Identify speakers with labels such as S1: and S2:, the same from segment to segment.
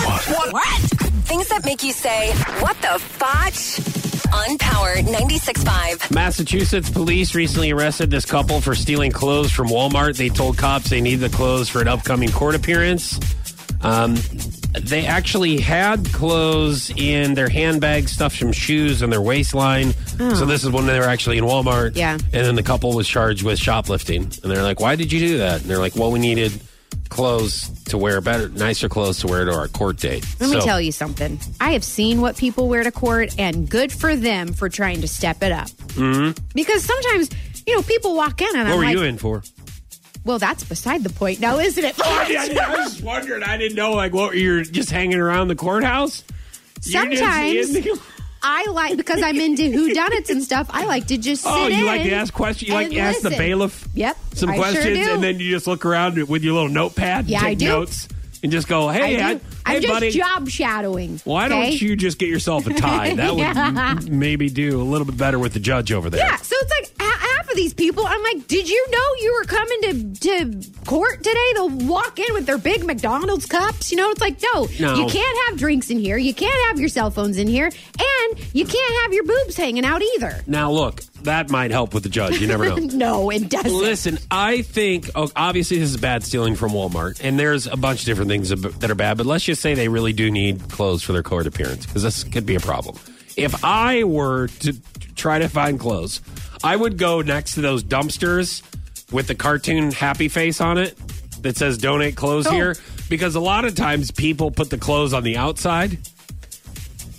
S1: What? Things that make you say, what the fotch? On Power 96.5.
S2: Massachusetts police recently arrested this couple for stealing clothes from Walmart. They told cops they need the clothes for an upcoming court appearance. Um, they actually had clothes in their handbags, stuffed some shoes in their waistline. So this is when they were actually in Walmart.
S3: Oh. Yeah.
S2: And then the couple was charged with shoplifting. And they're like, "Why did you do that?" And they're like, "Well, we needed clothes to wear, better, nicer clothes to wear to our court date."
S3: Let me
S2: So-
S3: tell you something. I have seen what people wear to court, and good for them for trying to step it up. Mm-hmm. Because sometimes, you know, people walk in and
S2: What
S3: I'm
S2: were
S3: like,
S2: you in Oh, for?
S3: well, that's beside the point now, isn't it?
S2: was wondering. I didn't know. Like, what you're just hanging around the courthouse?
S3: Sometimes I like, because I'm into whodunits and stuff, I like to just sit
S2: Oh, you
S3: in
S2: like to ask questions? You like
S3: and
S2: to ask the
S3: listen.
S2: bailiff
S3: Yep,
S2: some
S3: I sure
S2: questions,
S3: do.
S2: and then you just look around with your little notepad and
S3: Yeah,
S2: take
S3: I do.
S2: notes and just go,
S3: I
S2: hey,
S3: do.
S2: I-
S3: I'm
S2: hey
S3: just
S2: buddy,
S3: job shadowing.
S2: why
S3: okay?
S2: don't you just get yourself a tie? That would
S3: Yeah.
S2: m- maybe do a little bit better with the judge over there.
S3: Yeah, so it's like ha- half of these people. I'm like, did you know you were coming to to court today? They'll walk in with their big McDonald's cups. You know, it's like, no,
S2: No.
S3: you can't have drinks in here. You can't have your cell phones in here, and you can't have your boobs hanging out either.
S2: Now, look, that might help with the judge. You never know.
S3: No, it doesn't.
S2: Listen, I think oh, obviously this is bad stealing from Walmart, and there's a bunch of different things ab- that are bad. But let's just say they really do need clothes for their court appearance because this could be a problem. If I were to t- try to find clothes, I would go next to those dumpsters with the cartoon happy face on it that says "Donate clothes
S3: Oh.
S2: here," because a lot of times people put the clothes on the outside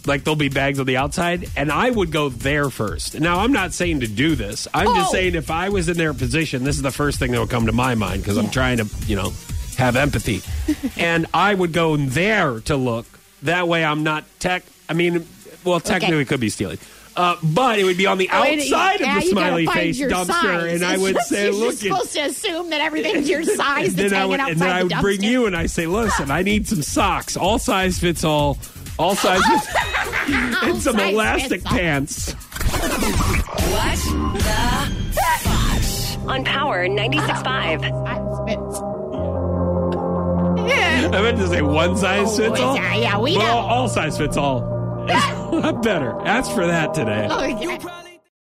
S2: like there'll be bags on the outside, and I would go there first. Now I'm not saying to do this. I'm just
S3: Oh.
S2: saying if I was in their position, this is the first thing that would come to my mind because I'm trying to, you know, have empathy, and I would go there to look. That way, I'm not tech. I mean, well, technically
S3: Okay.
S2: it could be stealing. Uh, but it would be on the
S3: Oh, and-
S2: outside
S3: yeah,
S2: of the
S3: you gotta
S2: smiley
S3: find
S2: face
S3: your
S2: dumpster,
S3: size.
S2: and I
S3: It's
S2: would
S3: just-
S2: say,
S3: you're
S2: "Look,
S3: just
S2: it-
S3: supposed to assume that everything's your size.
S2: and
S3: That's
S2: then I
S3: hanging
S2: would,
S3: outside
S2: and then I
S3: the
S2: would bring
S3: dumpster.
S2: you and I say, listen, I need some socks. All size fits all. All size fits and some
S3: size
S2: elastic
S3: fits all.
S2: pants.
S1: What the fotch? On Power 96.5.
S2: I meant to say one size fits all.
S3: Oh, yeah, yeah, we
S2: but
S3: know.
S2: all, all size fits all. Better. Ask for that today.
S3: Oh, yeah.